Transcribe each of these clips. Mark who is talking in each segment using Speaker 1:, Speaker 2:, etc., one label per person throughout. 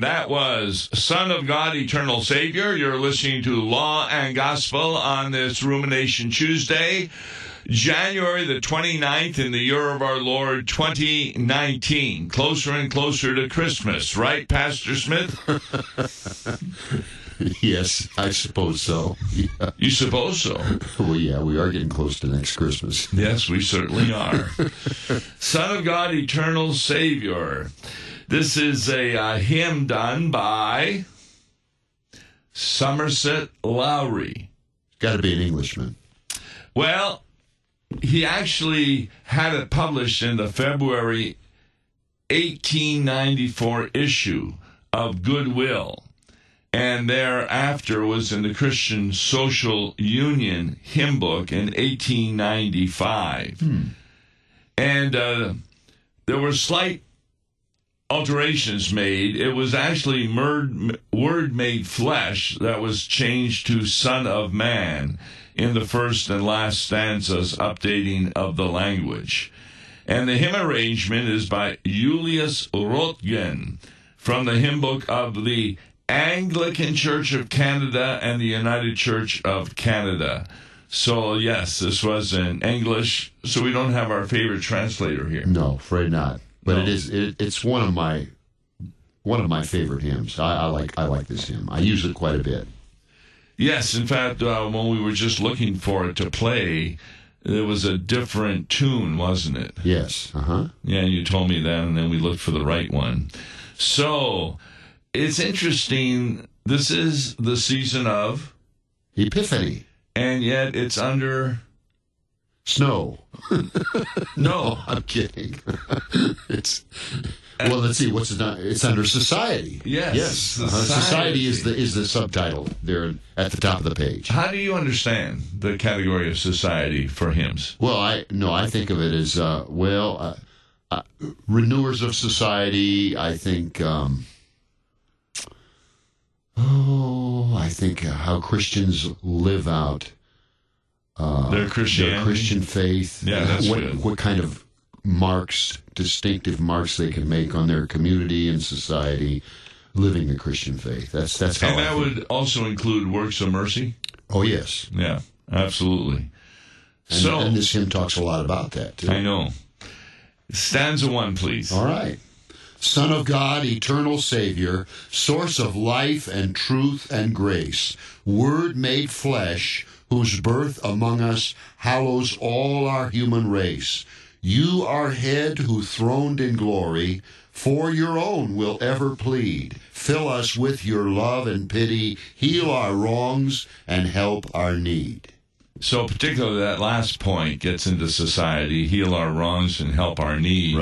Speaker 1: was Son of God, Eternal Savior. You're listening to Law and Gospel on this Rumination Tuesday, January the 29th in the year of our Lord 2019. Closer and closer to Christmas, right, Pastor Smith?
Speaker 2: yes, I suppose so. Yeah.
Speaker 1: You suppose so.
Speaker 2: Well, yeah, we are getting close to next Christmas.
Speaker 1: Yes, we certainly are. Son of God, Eternal Savior. This is a, uh hymn done by Somerset Lowry.
Speaker 2: Got to be an Englishman.
Speaker 1: Well, he actually had it published in the February 1894 issue of Goodwill, and thereafter was in the Christian Social Union hymn book in 1895. And uh, there were slight alterations made. It was actually Merd, Word Made Flesh that was changed to Son of Man in the first and last stanzas updating of the language. And the hymn arrangement is by Julius Röttgen from the hymn book of the Anglican Church of Canada and the United Church of Canada. So, yes, this was in English, so we don't have our favorite translator here.
Speaker 2: No, afraid not. But
Speaker 1: No.
Speaker 2: it is. It, it's one of my one of my favorite hymns. I, I like. I like this hymn. I use it quite a bit.
Speaker 1: Yes, in fact, uh, when we were just looking for it to play, it was a different tune, wasn't it?
Speaker 2: Yes. Uh huh.
Speaker 1: Yeah, and you told me that, and then we looked for the right one. So it's interesting. This is the season of,
Speaker 2: Epiphany.
Speaker 1: and yet it's under.
Speaker 2: Snow. Oh,
Speaker 1: No,
Speaker 2: I'm kidding. it's well. Let's see. What's it? not- It's under society.
Speaker 1: Yes,
Speaker 2: Yes. Uh-huh. Society.
Speaker 1: society.
Speaker 2: is the is the subtitle there at the top of the page.
Speaker 1: how do you understand the category of society for hymns?
Speaker 2: Well, I no. I think of it as uh, well. Uh, uh, renewers of society. I think. Um, oh, I think how Christians live out
Speaker 1: Their
Speaker 2: their
Speaker 1: Christianity.
Speaker 2: Christian faith.
Speaker 1: Yeah, that's
Speaker 2: what,
Speaker 1: good.
Speaker 2: what kind of marks, distinctive marks they can make on their community and society, living the Christian faith. That's that's how.
Speaker 1: and
Speaker 2: I
Speaker 1: that
Speaker 2: think.
Speaker 1: would also include works of mercy.
Speaker 2: Oh yes,
Speaker 1: Yeah, absolutely.
Speaker 2: and,
Speaker 1: so
Speaker 2: and this hymn talks a lot about that. Too.
Speaker 1: I know. Stanza one, please.
Speaker 2: All right. Son of God, eternal Savior, source of life and truth and grace, Word made flesh, whose birth among us hallows all our human race. You are head who throned in glory, for your own will ever plead. Fill us with your love and pity, heal our wrongs, and help our need.
Speaker 1: So, particularly that last point gets into society, heal our wrongs and help our need.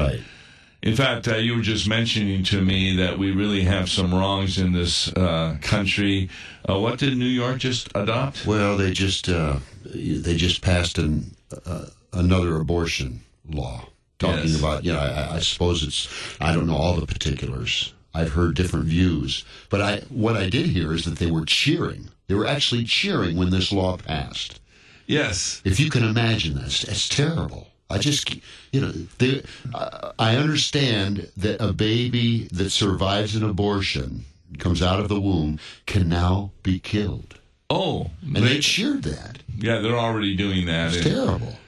Speaker 1: In fact, uh, you were just mentioning to me that we really have some wrongs in this uh, country. Uh, what did New York just adopt?
Speaker 2: Well, they just uh, they just passed an uh, another abortion law talking
Speaker 1: Yes.
Speaker 2: about. You know, I, I suppose it's I don't know all the particulars. I've heard different views, but I what I did hear is that they were cheering. They were actually cheering when this law passed.
Speaker 1: Yes.
Speaker 2: If you can imagine this, it's terrible. I just, you know, they, I I understand that a baby that survives an abortion comes out of the womb can now be killed,
Speaker 1: Oh,
Speaker 2: and
Speaker 1: they-
Speaker 2: they cheered that.
Speaker 1: yeah, they're already doing that.
Speaker 2: It's
Speaker 1: It,
Speaker 2: terrible.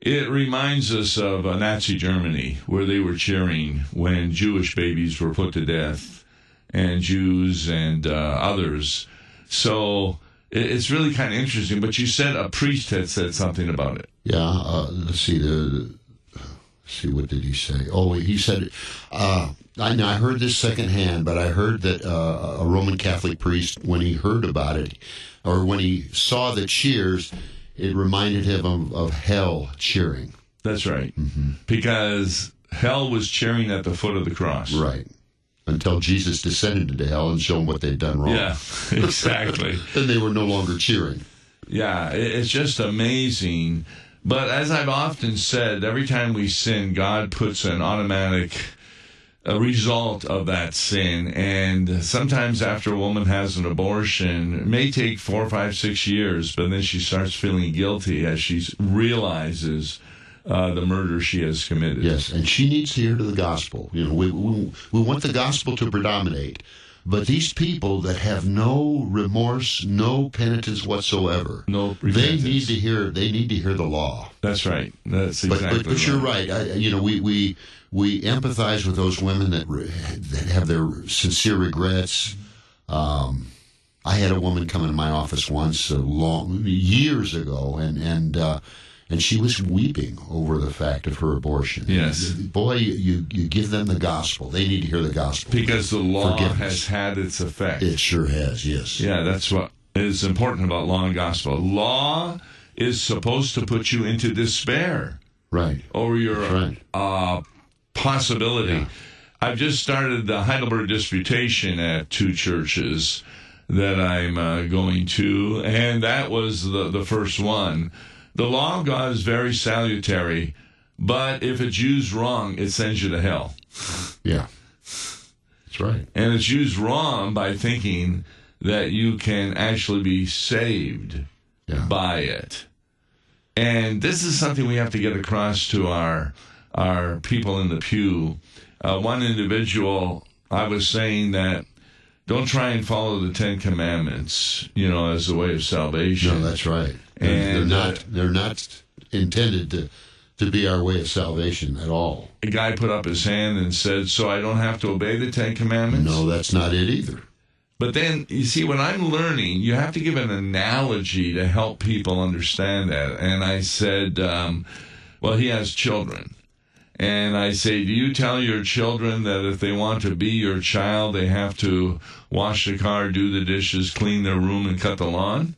Speaker 1: it reminds us of uh, Nazi Germany, where they were cheering when Jewish babies were put to death, and Jews and uh, others. So it, it's really kind of interesting. But you said a priest had said something about it.
Speaker 2: Yeah. Uh, let's see the. let's see what did he say? Oh, he said, uh, I know I heard this secondhand, but I heard that uh, a Roman Catholic priest, when he heard about it, or when he saw the cheers, it reminded him of, of hell cheering.
Speaker 1: That's right. Because hell was cheering at the foot of the cross.
Speaker 2: Right. Until Jesus descended into hell and showed them what they'd done wrong.
Speaker 1: Yeah, exactly.
Speaker 2: Then they were no longer cheering.
Speaker 1: yeah, it, it's just amazing. But as I've often said, every time we sin, God puts an automatic a result of that sin. And sometimes after a woman has an abortion, it may take four, five, six years, but then she starts feeling guilty as she realizes uh, the murder she has committed.
Speaker 2: Yes, and she needs to hear the gospel. You know, we, we, we want the gospel to predominate, But these people that have no remorse, no penitence whatsoever,
Speaker 1: No
Speaker 2: they
Speaker 1: repentance.
Speaker 2: need to hear. They need to hear the law.
Speaker 1: That's right. That's
Speaker 2: But,
Speaker 1: exactly.
Speaker 2: but, but you're right. I, you know, we, we we empathize with those women that re, that have their sincere regrets. Um, I had a woman come into my office once, a long years ago, and and uh, and she was weeping over the fact of her abortion.
Speaker 1: Yes.
Speaker 2: boy, you you give them the gospel. They need to hear the gospel.
Speaker 1: Because the law
Speaker 2: Forgiveness.
Speaker 1: has had its effect.
Speaker 2: it sure has. Yes.
Speaker 1: Yeah, that's what is important about law and gospel. Law is supposed to put you into despair
Speaker 2: Right.
Speaker 1: over your
Speaker 2: Right.
Speaker 1: uh, possibility. I've just started the Heidelberg Disputation at two churches that I'm uh, going to, and that was the, the first one. The law of God is very salutary, but if it's used wrong, it sends you to hell.
Speaker 2: Yeah. That's right.
Speaker 1: And it's used wrong by thinking that you can actually be saved
Speaker 2: Yeah.
Speaker 1: by it. And this is something we have to get across to our our people in the pew. Uh, one individual, I was saying that don't try and follow the Ten Commandments, you know, as the way of
Speaker 2: No,
Speaker 1: salvation.
Speaker 2: that's right. They're, they're
Speaker 1: And, uh,
Speaker 2: not. They're not intended to to be our way of salvation at all.
Speaker 1: a guy put up his hand and said, "So I don't have to obey the Ten Commandments."
Speaker 2: No, that's not it either.
Speaker 1: But then you see what I'm learning. You have to give an analogy to help people understand that. And I said, um, well, he has children. And I say, do you tell your children that if they want to be your child, they have to wash the car, do the dishes, clean their room, and cut the lawn?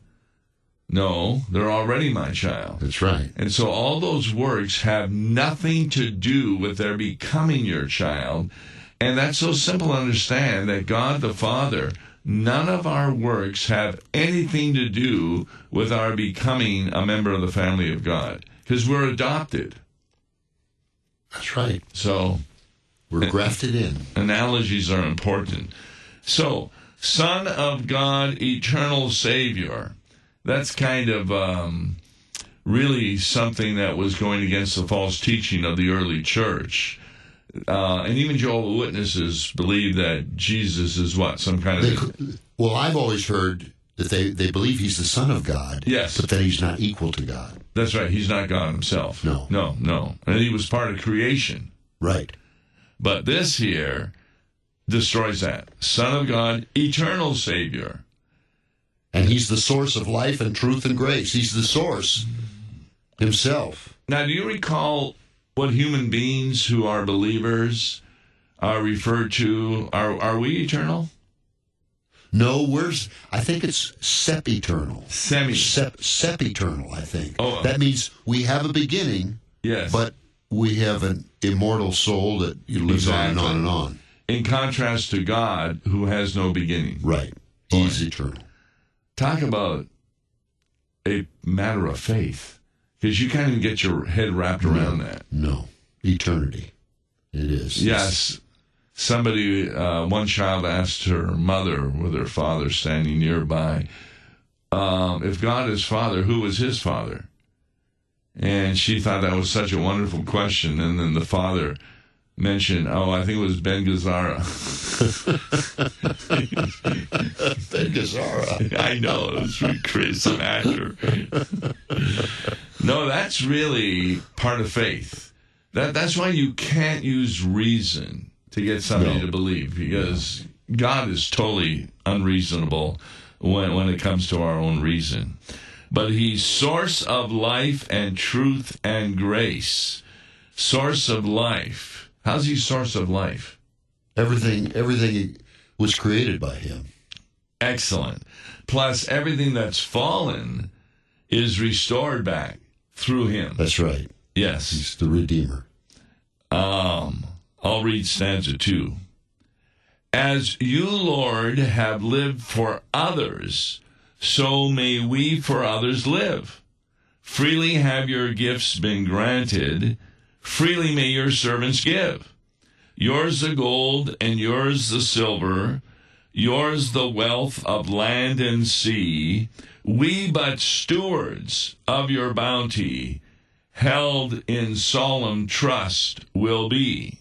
Speaker 1: No, they're already my child.
Speaker 2: That's right.
Speaker 1: And so all those works have nothing to do with their becoming your child. And that's so simple to understand that God the Father, none of our works have anything to do with our becoming a member of the family of God because we're adopted.
Speaker 2: That's right.
Speaker 1: So
Speaker 2: We're grafted in.
Speaker 1: analogies are important. So, Son of God, eternal Savior. That's kind of um, really something that was going against the false teaching of the early church. Uh, and even Jehovah's Witnesses believe that Jesus is what? Some kind
Speaker 2: They,
Speaker 1: of.
Speaker 2: well, I've always heard that they, they believe he's the son of God.
Speaker 1: Yes.
Speaker 2: But that he's not equal to God.
Speaker 1: That's right. He's not God himself.
Speaker 2: No.
Speaker 1: No, no. And he was part of creation.
Speaker 2: Right.
Speaker 1: But this here destroys that. Son of God, eternal Savior.
Speaker 2: And he's the source of life and truth and grace. He's the source himself.
Speaker 1: Now, do you recall what human beings who are believers are referred to? Are are we eternal?
Speaker 2: No, where's I think it's sep eternal.
Speaker 1: Semi.
Speaker 2: Sep sep eternal, I think.
Speaker 1: Oh.
Speaker 2: that means we have a beginning,
Speaker 1: Yes.
Speaker 2: but we have an immortal soul that lives
Speaker 1: Exactly.
Speaker 2: on and on and on.
Speaker 1: in contrast to God, who has no beginning.
Speaker 2: Right. He's eternal.
Speaker 1: Talk about a matter of faith, because you can't even get your head wrapped around that.
Speaker 2: No, eternity. It is.
Speaker 1: Yes. Somebody, uh, one child asked her mother, with her father standing nearby, um, if God is father, who was his father? And she thought that was such a wonderful question. And then the father mentioned, oh, I think it was Ben Gazzara.
Speaker 2: Ben Gazzara.
Speaker 1: I know, it was from Chris Asher. no, that's really part of faith. That That's why you can't use reason to get somebody
Speaker 2: No.
Speaker 1: to believe because God is totally unreasonable when, when it comes to our own reason. But He's source of life and truth and grace. Source of life. How's He source of life?
Speaker 2: Everything, everything was created by him.
Speaker 1: excellent. Plus, everything that's fallen is restored back through him.
Speaker 2: That's right.
Speaker 1: Yes.
Speaker 2: He's the Redeemer.
Speaker 1: Um, I'll read stanza two. As you, Lord, have lived for others, so may we for others live. Freely have your gifts been granted, freely may your servants give. Yours the gold and yours the silver, yours the wealth of land and sea, we but stewards of your bounty, held in solemn trust will be.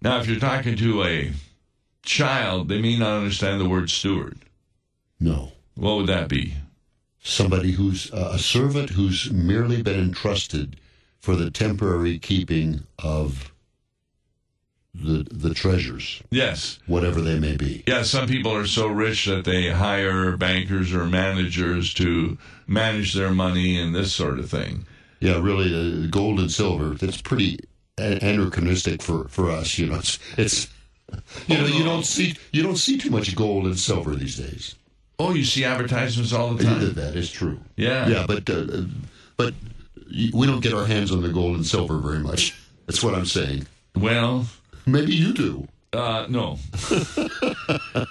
Speaker 1: Now, if you're talking to a child, they may not understand the word steward.
Speaker 2: No.
Speaker 1: What would that be?
Speaker 2: Somebody who's uh, a servant who's merely been entrusted for the temporary keeping of the the treasures,
Speaker 1: Yes.
Speaker 2: whatever they may be.
Speaker 1: Yeah, some people are so rich that they hire bankers or managers to manage their money and this sort of thing.
Speaker 2: Yeah, really, uh, gold and silver. That's pretty a- anachronistic for for us. You know, it's it's you know you don't see you don't see too much gold and silver these days.
Speaker 1: Oh, you see advertisements all the
Speaker 2: Either
Speaker 1: time.
Speaker 2: that is true.
Speaker 1: Yeah.
Speaker 2: yeah, but uh, uh, but y- we don't get our hands on the gold and silver very much. That's what I'm saying.
Speaker 1: Well,
Speaker 2: Maybe you do.
Speaker 1: Uh, no.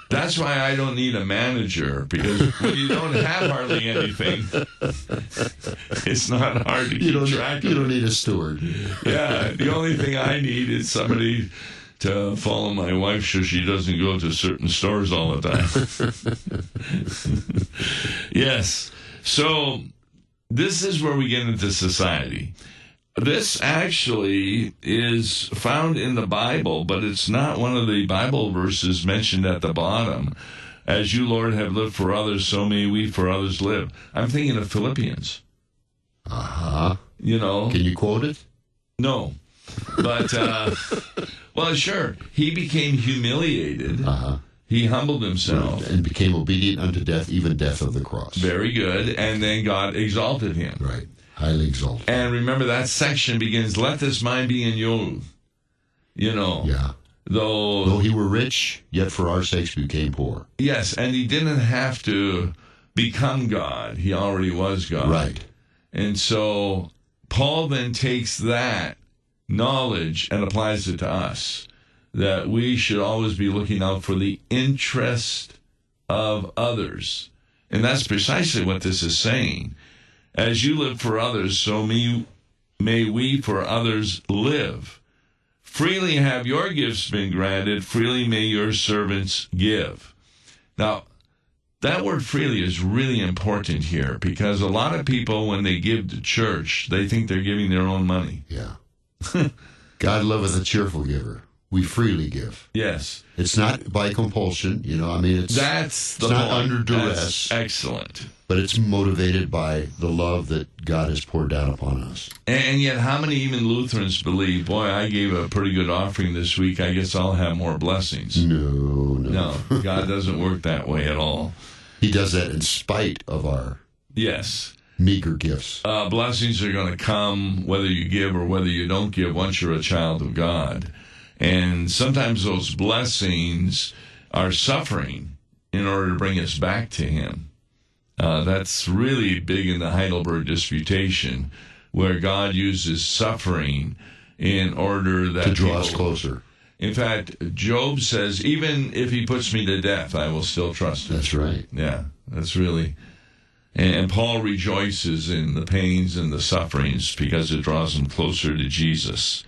Speaker 1: That's why I don't need a manager because when you don't have hardly anything, it's not hard to
Speaker 2: You
Speaker 1: keep
Speaker 2: don't.
Speaker 1: track
Speaker 2: You
Speaker 1: of.
Speaker 2: don't need a steward.
Speaker 1: Yeah, the only thing I need is somebody to follow my wife so she doesn't go to certain stores all the time. yes. So this is where we get into society. This actually is found in the Bible, but it's not one of the Bible verses mentioned at the bottom. As you, Lord, have lived for others, so may we for others live. I'm thinking of Philippians.
Speaker 2: Uh huh.
Speaker 1: You know,
Speaker 2: Can you quote it?
Speaker 1: no. But, uh, well, sure. He became humiliated.
Speaker 2: Uh-huh.
Speaker 1: He humbled himself.
Speaker 2: And became obedient unto death, even death of the cross.
Speaker 1: Very good. And then God exalted him.
Speaker 2: Right. Highly exalted.
Speaker 1: And remember, that section begins let this mind be in you. You know,
Speaker 2: Yeah.
Speaker 1: though,
Speaker 2: Though he were rich, yet for our sakes became poor.
Speaker 1: yes, and he didn't have to become God. He already was God.
Speaker 2: Right.
Speaker 1: And so Paul then takes that knowledge and applies it to us that we should always be looking out for the interest of others. And that's precisely what this is saying. As you live for others, so me, may we for others live. Freely have your gifts been granted, freely may your servants give. Now, that word freely is really important here because a lot of people, when they give to church, they think they're giving their own money.
Speaker 2: Yeah. God loveth a cheerful giver. We freely give.
Speaker 1: Yes.
Speaker 2: It's not by compulsion, you know. I mean, it's
Speaker 1: That's the
Speaker 2: It's not
Speaker 1: point.
Speaker 2: under
Speaker 1: That's
Speaker 2: duress.
Speaker 1: excellent.
Speaker 2: but it's motivated by the love that God has poured down upon us.
Speaker 1: And, and yet, how many even Lutherans believe, boy, I gave a pretty good offering this week. I guess I'll have more blessings.
Speaker 2: No, no,
Speaker 1: No, God doesn't work that way at all.
Speaker 2: He does that in spite of our
Speaker 1: Yes.
Speaker 2: meager gifts.
Speaker 1: uh, blessings are going to come whether you give or whether you don't give once you're a child of God. And sometimes those blessings are suffering in order to bring us back to Him. Uh, that's really big in the Heidelberg Disputation, where God uses suffering in order that
Speaker 2: to draw us
Speaker 1: people-
Speaker 2: closer.
Speaker 1: In fact, Job says, "Even if He puts me to death, I will still trust Him."
Speaker 2: That's right.
Speaker 1: Yeah, that's really. And, and Paul rejoices in the pains and the sufferings because it draws him closer to Jesus.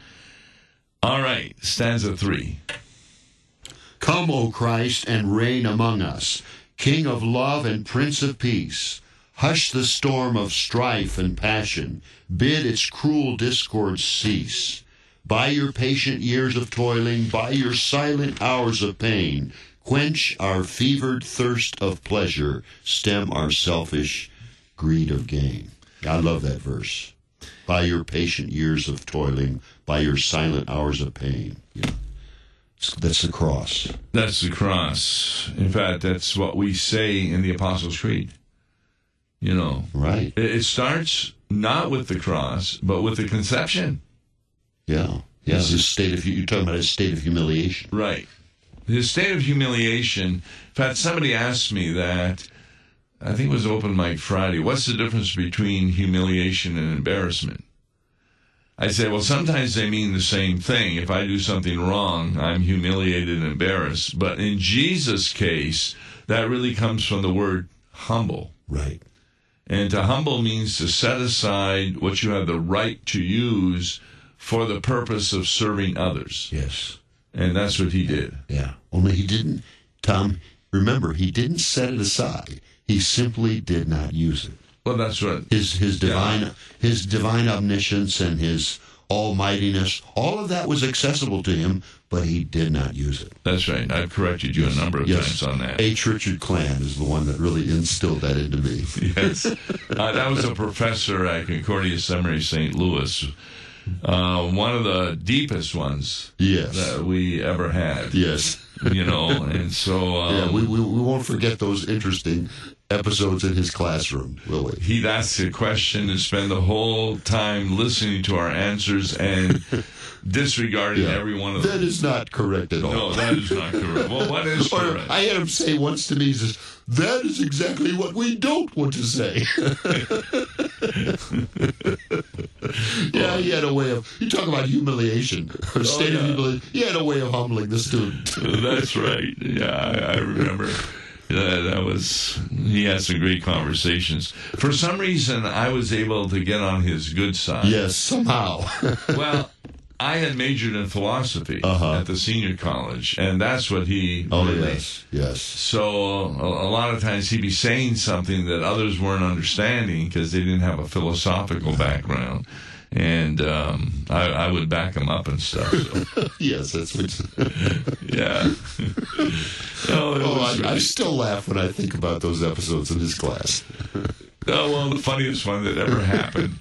Speaker 1: All right, stanza three.
Speaker 2: Come, O Christ, and reign among us, King of love and Prince of peace. Hush the storm of strife and passion, bid its cruel discords cease. By your patient years of toiling, by your silent hours of pain, quench our fevered thirst of pleasure, stem our selfish greed of gain. I love that verse. By your patient years of toiling, by your silent hours of pain. Yeah. That's the cross.
Speaker 1: That's the cross. In fact, that's what we say in the Apostles' Creed. You know,
Speaker 2: Right.
Speaker 1: it, it starts not with the cross, but with the conception.
Speaker 2: Yeah. Yeah. This is state of you're talking about a state of humiliation.
Speaker 1: Right. His state of humiliation. In fact, somebody asked me that. I think it was Open Mic Friday. What's the difference between humiliation and embarrassment? I said, well, sometimes they mean the same thing. If I do something wrong, I'm humiliated and embarrassed. But in Jesus' case, that really comes from the word humble.
Speaker 2: Right.
Speaker 1: And to humble means to set aside what you have the right to use for the purpose of serving others.
Speaker 2: Yes.
Speaker 1: And that's what he did.
Speaker 2: Yeah. Only he didn't. Tom, remember, he didn't set it aside. He simply did not use it.
Speaker 1: Well, that's what
Speaker 2: His his divine his divine omniscience and his almightiness. All of that was accessible to him, but he did not use it.
Speaker 1: That's right. I've corrected you a number of
Speaker 2: Yes.
Speaker 1: times on that.
Speaker 2: H. Richard Clan is the one that really instilled that into me.
Speaker 1: yes. Uh, that was a professor at Concordia Seminary, St. Louis. Uh, one of the deepest ones
Speaker 2: Yes.
Speaker 1: that we ever had,
Speaker 2: Yes.
Speaker 1: you know. And so um,
Speaker 2: Yeah, we, we, we won't forget those interesting episodes in his classroom, will we?
Speaker 1: he'd ask a question and spend the whole time listening to our answers and disregarding every one of them.
Speaker 2: That is not correct at all.
Speaker 1: No, that is not correct. Well, what is
Speaker 2: Or
Speaker 1: correct?
Speaker 2: I had him say once to me, he says, That is exactly what we don't want to say. yeah, he had a way of, you talk about humiliation, or state of
Speaker 1: yeah.
Speaker 2: humiliation. He had a way of humbling the student.
Speaker 1: That's right. Yeah, I, I remember. Yeah, that was he had some great conversations. For some reason, I was able to get on his good side.
Speaker 2: Yes, somehow.
Speaker 1: Well, I had majored in philosophy at the senior college, and that's what he. really-
Speaker 2: Uh-huh. Oh, Yes.
Speaker 1: So a, a lot of times he'd be saying something that others weren't understanding because they didn't have a philosophical background, and um, I, I would back him up and stuff. So,
Speaker 2: Yes, that's what.
Speaker 1: yeah. oh, it
Speaker 2: Oh,
Speaker 1: was
Speaker 2: I, I
Speaker 1: really-
Speaker 2: still laugh when I think about those episodes in his class.
Speaker 1: Oh, well, the funniest one that ever happened.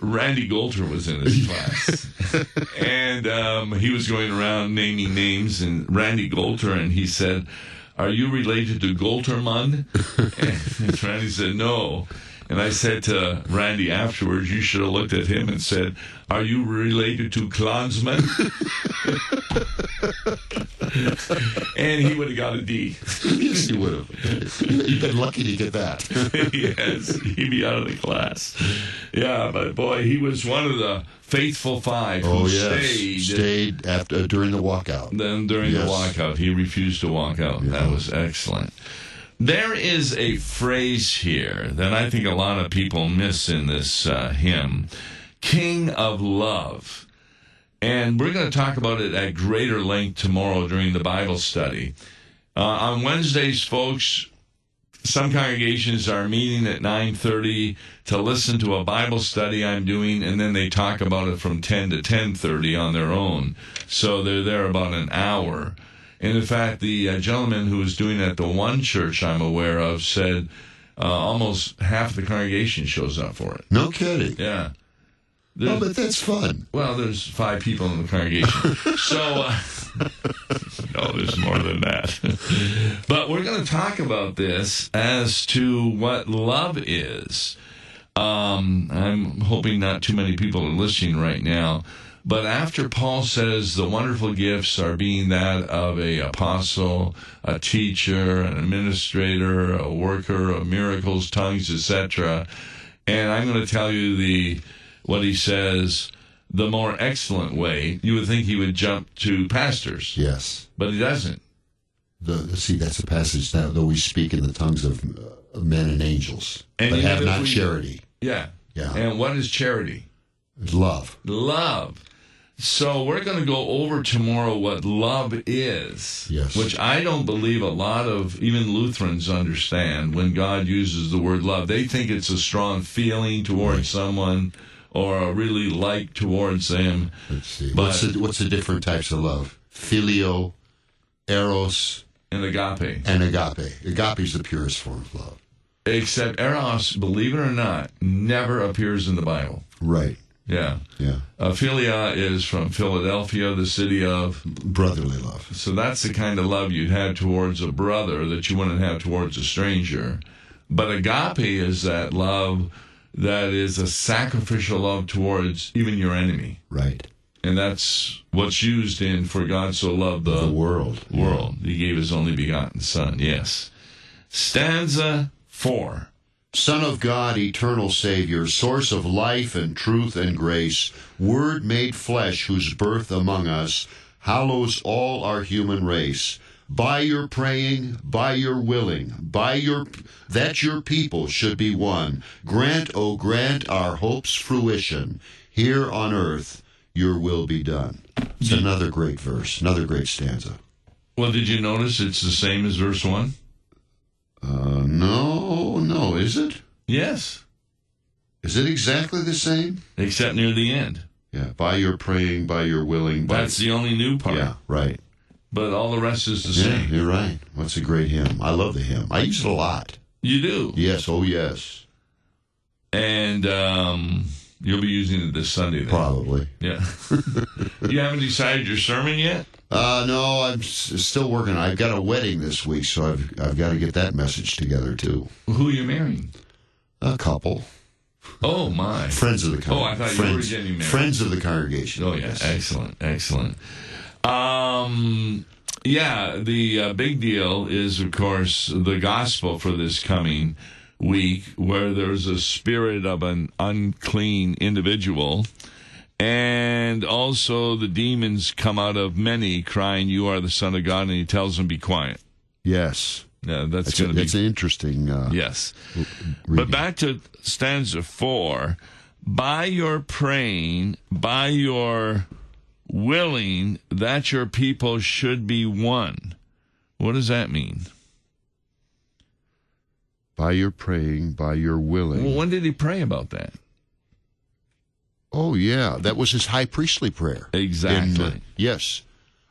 Speaker 1: Randy Golter was in his class, and um, he was going around naming names. And Randy Golter, and he said, "Are you related to Golterman?" And Randy said, "No." And I said to Randy afterwards, "You should have looked at him and said, are you related to Klansman?" and he would have got a D.
Speaker 2: yes, you would have. You've been lucky to get that.
Speaker 1: yes, he'd be out of the class. Yeah, but boy, he was one of the faithful five who
Speaker 2: Oh, yes.
Speaker 1: stayed.
Speaker 2: Stayed after during the walkout.
Speaker 1: Then during
Speaker 2: Yes.
Speaker 1: the walkout, he refused to walk out. That was excellent. There is a phrase here that I think a lot of people miss in this uh, hymn King of Love. And we're going to talk about it at greater length tomorrow during the Bible study. Uh, on Wednesdays, folks, some congregations are meeting at 9:30 to listen to a Bible study I'm doing and then they talk about it from 10 to 10:30 on their own. So they're there about an hour. And in fact, the uh, gentleman who was doing it at the one church I'm aware of said uh, almost half the congregation shows up for it.
Speaker 2: No kidding.
Speaker 1: Yeah. There's,
Speaker 2: Oh, but that's fun.
Speaker 1: well, there's five people in the congregation. so, uh, no, there's more than that. but we're going to talk about this as to what love is. Um, I'm hoping not too many people are listening right now. But after Paul says the wonderful gifts are being that of a apostle, a teacher, an administrator, a worker of miracles, tongues, etc. And I'm going to tell you the what he says the more excellent way. You would think he would jump to pastors,
Speaker 2: Yes.
Speaker 1: but he doesn't.
Speaker 2: The, see, that's a passage that though we speak in the tongues of uh, men and angels,
Speaker 1: And
Speaker 2: but
Speaker 1: even
Speaker 2: have
Speaker 1: if
Speaker 2: not
Speaker 1: we-
Speaker 2: charity.
Speaker 1: Yeah.
Speaker 2: Yeah.
Speaker 1: And what is charity?
Speaker 2: It's love.
Speaker 1: love. So we're going to go over tomorrow what love is,
Speaker 2: Yes.
Speaker 1: which I don't believe a lot of even Lutherans understand when God uses the word love. They think it's a strong feeling towards someone or a really like towards them.
Speaker 2: Let's see.
Speaker 1: But-
Speaker 2: what's the, what's the different types of love? Filio, eros,
Speaker 1: And agape,
Speaker 2: and agape. Agape is the purest form of love.
Speaker 1: except eros, believe it or not, never appears in the Bible.
Speaker 2: Right.
Speaker 1: Yeah,
Speaker 2: Yeah.
Speaker 1: philia is from Philadelphia, the city of
Speaker 2: Brotherly love.
Speaker 1: So that's the kind of love you'd have towards a brother that you wouldn't have towards a stranger. But agape is that love that is a sacrificial love towards even your enemy.
Speaker 2: Right.
Speaker 1: And that's what's used in For God So Loved
Speaker 2: The
Speaker 1: the
Speaker 2: world.
Speaker 1: World. He gave His Only Begotten Son. Yes. Stanza four.
Speaker 2: Son of God, eternal Savior, source of life and truth and grace, Word made flesh, whose birth among us hallows all our human race. By your praying, by your willing, by your that your people should be one, grant, O grant, our hopes fruition. Here on earth, your will be done. It's another great verse, another great stanza.
Speaker 1: Well, did you notice it's the same as verse one?
Speaker 2: Uh, no, no, is it?
Speaker 1: Yes.
Speaker 2: Is it exactly the same?
Speaker 1: Except near the end.
Speaker 2: Yeah. God, by your praying, by your willing. By,
Speaker 1: That's the only new part.
Speaker 2: yeah, right.
Speaker 1: But all the rest is the
Speaker 2: Yeah,
Speaker 1: same.
Speaker 2: you're right. That's a great hymn. I love the hymn. I use it a lot.
Speaker 1: You do.
Speaker 2: Yes, oh yes,
Speaker 1: And um, you'll be using it this Sunday then.
Speaker 2: probably.
Speaker 1: Yeah. you haven't decided your sermon yet?
Speaker 2: Uh, no, I'm s- still working. I've got a wedding this week, so I've I've got to get that message together too.
Speaker 1: Who are you marrying?
Speaker 2: A couple
Speaker 1: Oh, my.
Speaker 2: friends of the con-
Speaker 1: Oh, I thought you were
Speaker 2: friends,
Speaker 1: getting married.
Speaker 2: friends of the congregation.
Speaker 1: Oh, yeah. Excellent. Excellent. Um, yeah, the uh, big deal is, of course, the gospel for this coming week, where there's a spirit of an unclean individual. And also, the demons come out of many crying, You are the Son of God, and he tells them, Be quiet.
Speaker 2: Yes,
Speaker 1: Yeah, that's,
Speaker 2: that's, a,
Speaker 1: going to be
Speaker 2: that's an interesting. Uh,
Speaker 1: Yes.
Speaker 2: reading.
Speaker 1: But back to stanza four. By your praying, by your willing that your people should be one. What does that mean?
Speaker 2: By your praying, by your willing.
Speaker 1: Well, when did he pray about that?
Speaker 2: Oh yeah, that was his high priestly prayer.
Speaker 1: Exactly.
Speaker 2: In, uh, yes,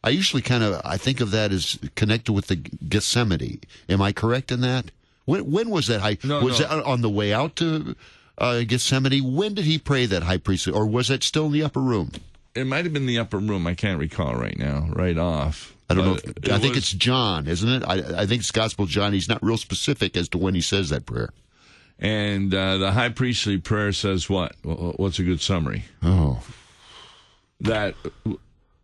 Speaker 2: I usually kind of I think of that as connected with the Gethsemane. Am I correct in that? When when was that high?
Speaker 1: No,
Speaker 2: was
Speaker 1: no.
Speaker 2: that on the way out to uh, Gethsemane? When did he pray that high priestly, or was that still in the upper room?
Speaker 1: It might have been the upper room. I can't recall right now, right off.
Speaker 2: I don't know.
Speaker 1: But
Speaker 2: If,
Speaker 1: Uh, it
Speaker 2: I think
Speaker 1: was-
Speaker 2: it's John, isn't it? I, I think it's Gospel John. He's not real specific as to when he says that prayer.
Speaker 1: And uh, the high priestly prayer says what? Wh- wh- What's a good summary?
Speaker 2: Oh,
Speaker 1: That uh,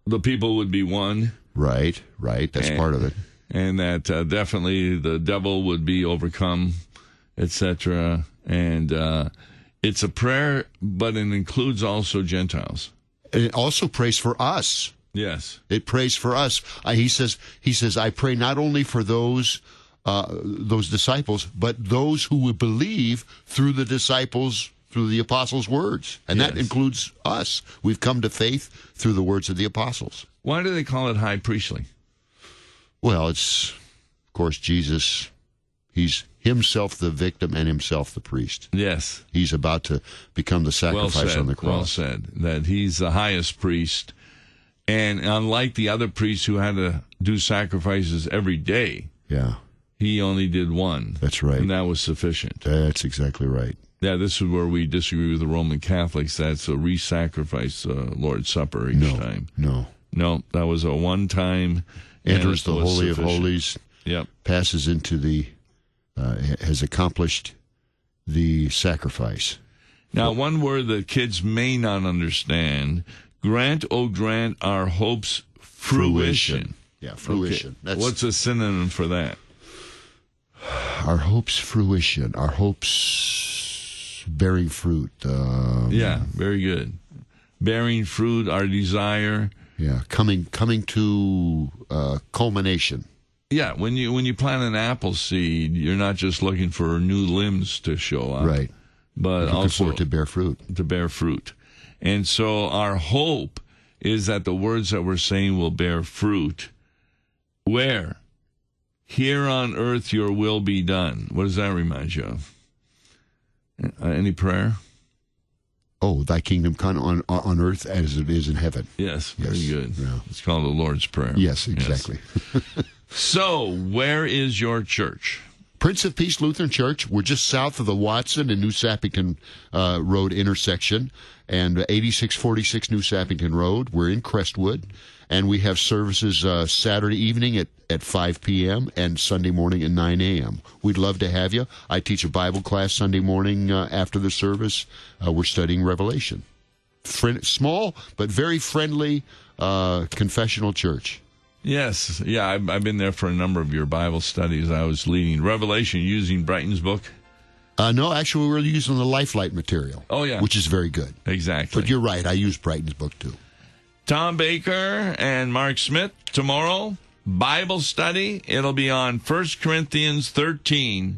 Speaker 1: the people would be one.
Speaker 2: right, right.
Speaker 1: Eh.
Speaker 2: That's part of it.
Speaker 1: and that uh, definitely the devil would be overcome, etc. And uh, it's a prayer, but it includes also Gentiles.
Speaker 2: And it also prays for us.
Speaker 1: Yes,
Speaker 2: It prays for us. Uh, he says, he says, I pray not only for those, uh, those disciples, but those who would believe through the disciples, through the apostles' words. And that
Speaker 1: Yes.
Speaker 2: includes us. We've come to faith through the words of the apostles.
Speaker 1: why do they call it high priestly?
Speaker 2: Well, it's, of course, Jesus. He's himself the victim and himself the priest.
Speaker 1: Yes,
Speaker 2: He's about to become the
Speaker 1: well
Speaker 2: sacrifice
Speaker 1: said.
Speaker 2: on the
Speaker 1: Well
Speaker 2: cross.
Speaker 1: said. That he's the highest priest, and unlike the other priests who had to do sacrifices every day,
Speaker 2: yeah,
Speaker 1: he only did one,
Speaker 2: that's right.
Speaker 1: and that was sufficient.
Speaker 2: That's exactly right.
Speaker 1: Yeah, this is where we disagree with the Roman Catholics. That's a re-sacrifice uh, Lord's Supper each time.
Speaker 2: No.
Speaker 1: No, that was a one time.
Speaker 2: Enters the Holy of Holies.
Speaker 1: Yep.
Speaker 2: passes into the uh, has accomplished the sacrifice.
Speaker 1: Now, one word that kids may not understand grant, oh, grant our hopes fruition.
Speaker 2: Yeah, fruition. That's
Speaker 1: What's a synonym for that?
Speaker 2: our hopes fruition. Our hopes bearing fruit. Um,
Speaker 1: Yeah, very good. Bearing fruit, our desire.
Speaker 2: yeah, coming coming to uh, culmination.
Speaker 1: Yeah, when you when you plant an apple seed, you're not just looking for new limbs to show up,
Speaker 2: Right.
Speaker 1: But
Speaker 2: Looking for
Speaker 1: Uh, also
Speaker 2: it to bear fruit.
Speaker 1: to bear fruit. And so our hope is that the words that we're saying will bear fruit. Where? Here on earth, your will be done. What does that remind you of? Uh, any prayer?
Speaker 2: Oh, thy kingdom come on on earth as it is in heaven.
Speaker 1: Yes, very
Speaker 2: Yes.
Speaker 1: good.
Speaker 2: Yeah.
Speaker 1: It's called the Lord's Prayer.
Speaker 2: Yes, exactly.
Speaker 1: So, where is your church?
Speaker 2: Prince of Peace Lutheran Church. We're just south of the Watson and New Sappington uh, Road intersection and 8646 New Sappington Road. We're in Crestwood, and we have services uh, Saturday evening at, at 5 p.m. and Sunday morning at 9 a.m. We'd love to have you. I teach a Bible class Sunday morning uh, after the service. Uh, we're studying Revelation. Friend, small but very friendly uh, confessional church.
Speaker 1: Yes, yeah, I've, I've been there for a number of your Bible studies. I was leading Revelation using Brighton's book.
Speaker 2: Uh, no, actually, we're using the Lifelight material.
Speaker 1: Oh, yeah.
Speaker 2: which is very good.
Speaker 1: Exactly.
Speaker 2: But you're right. I use Brighton's book too.
Speaker 1: Tom Baker and Mark Smith tomorrow. Bible study. It'll be on 1 Corinthians 13.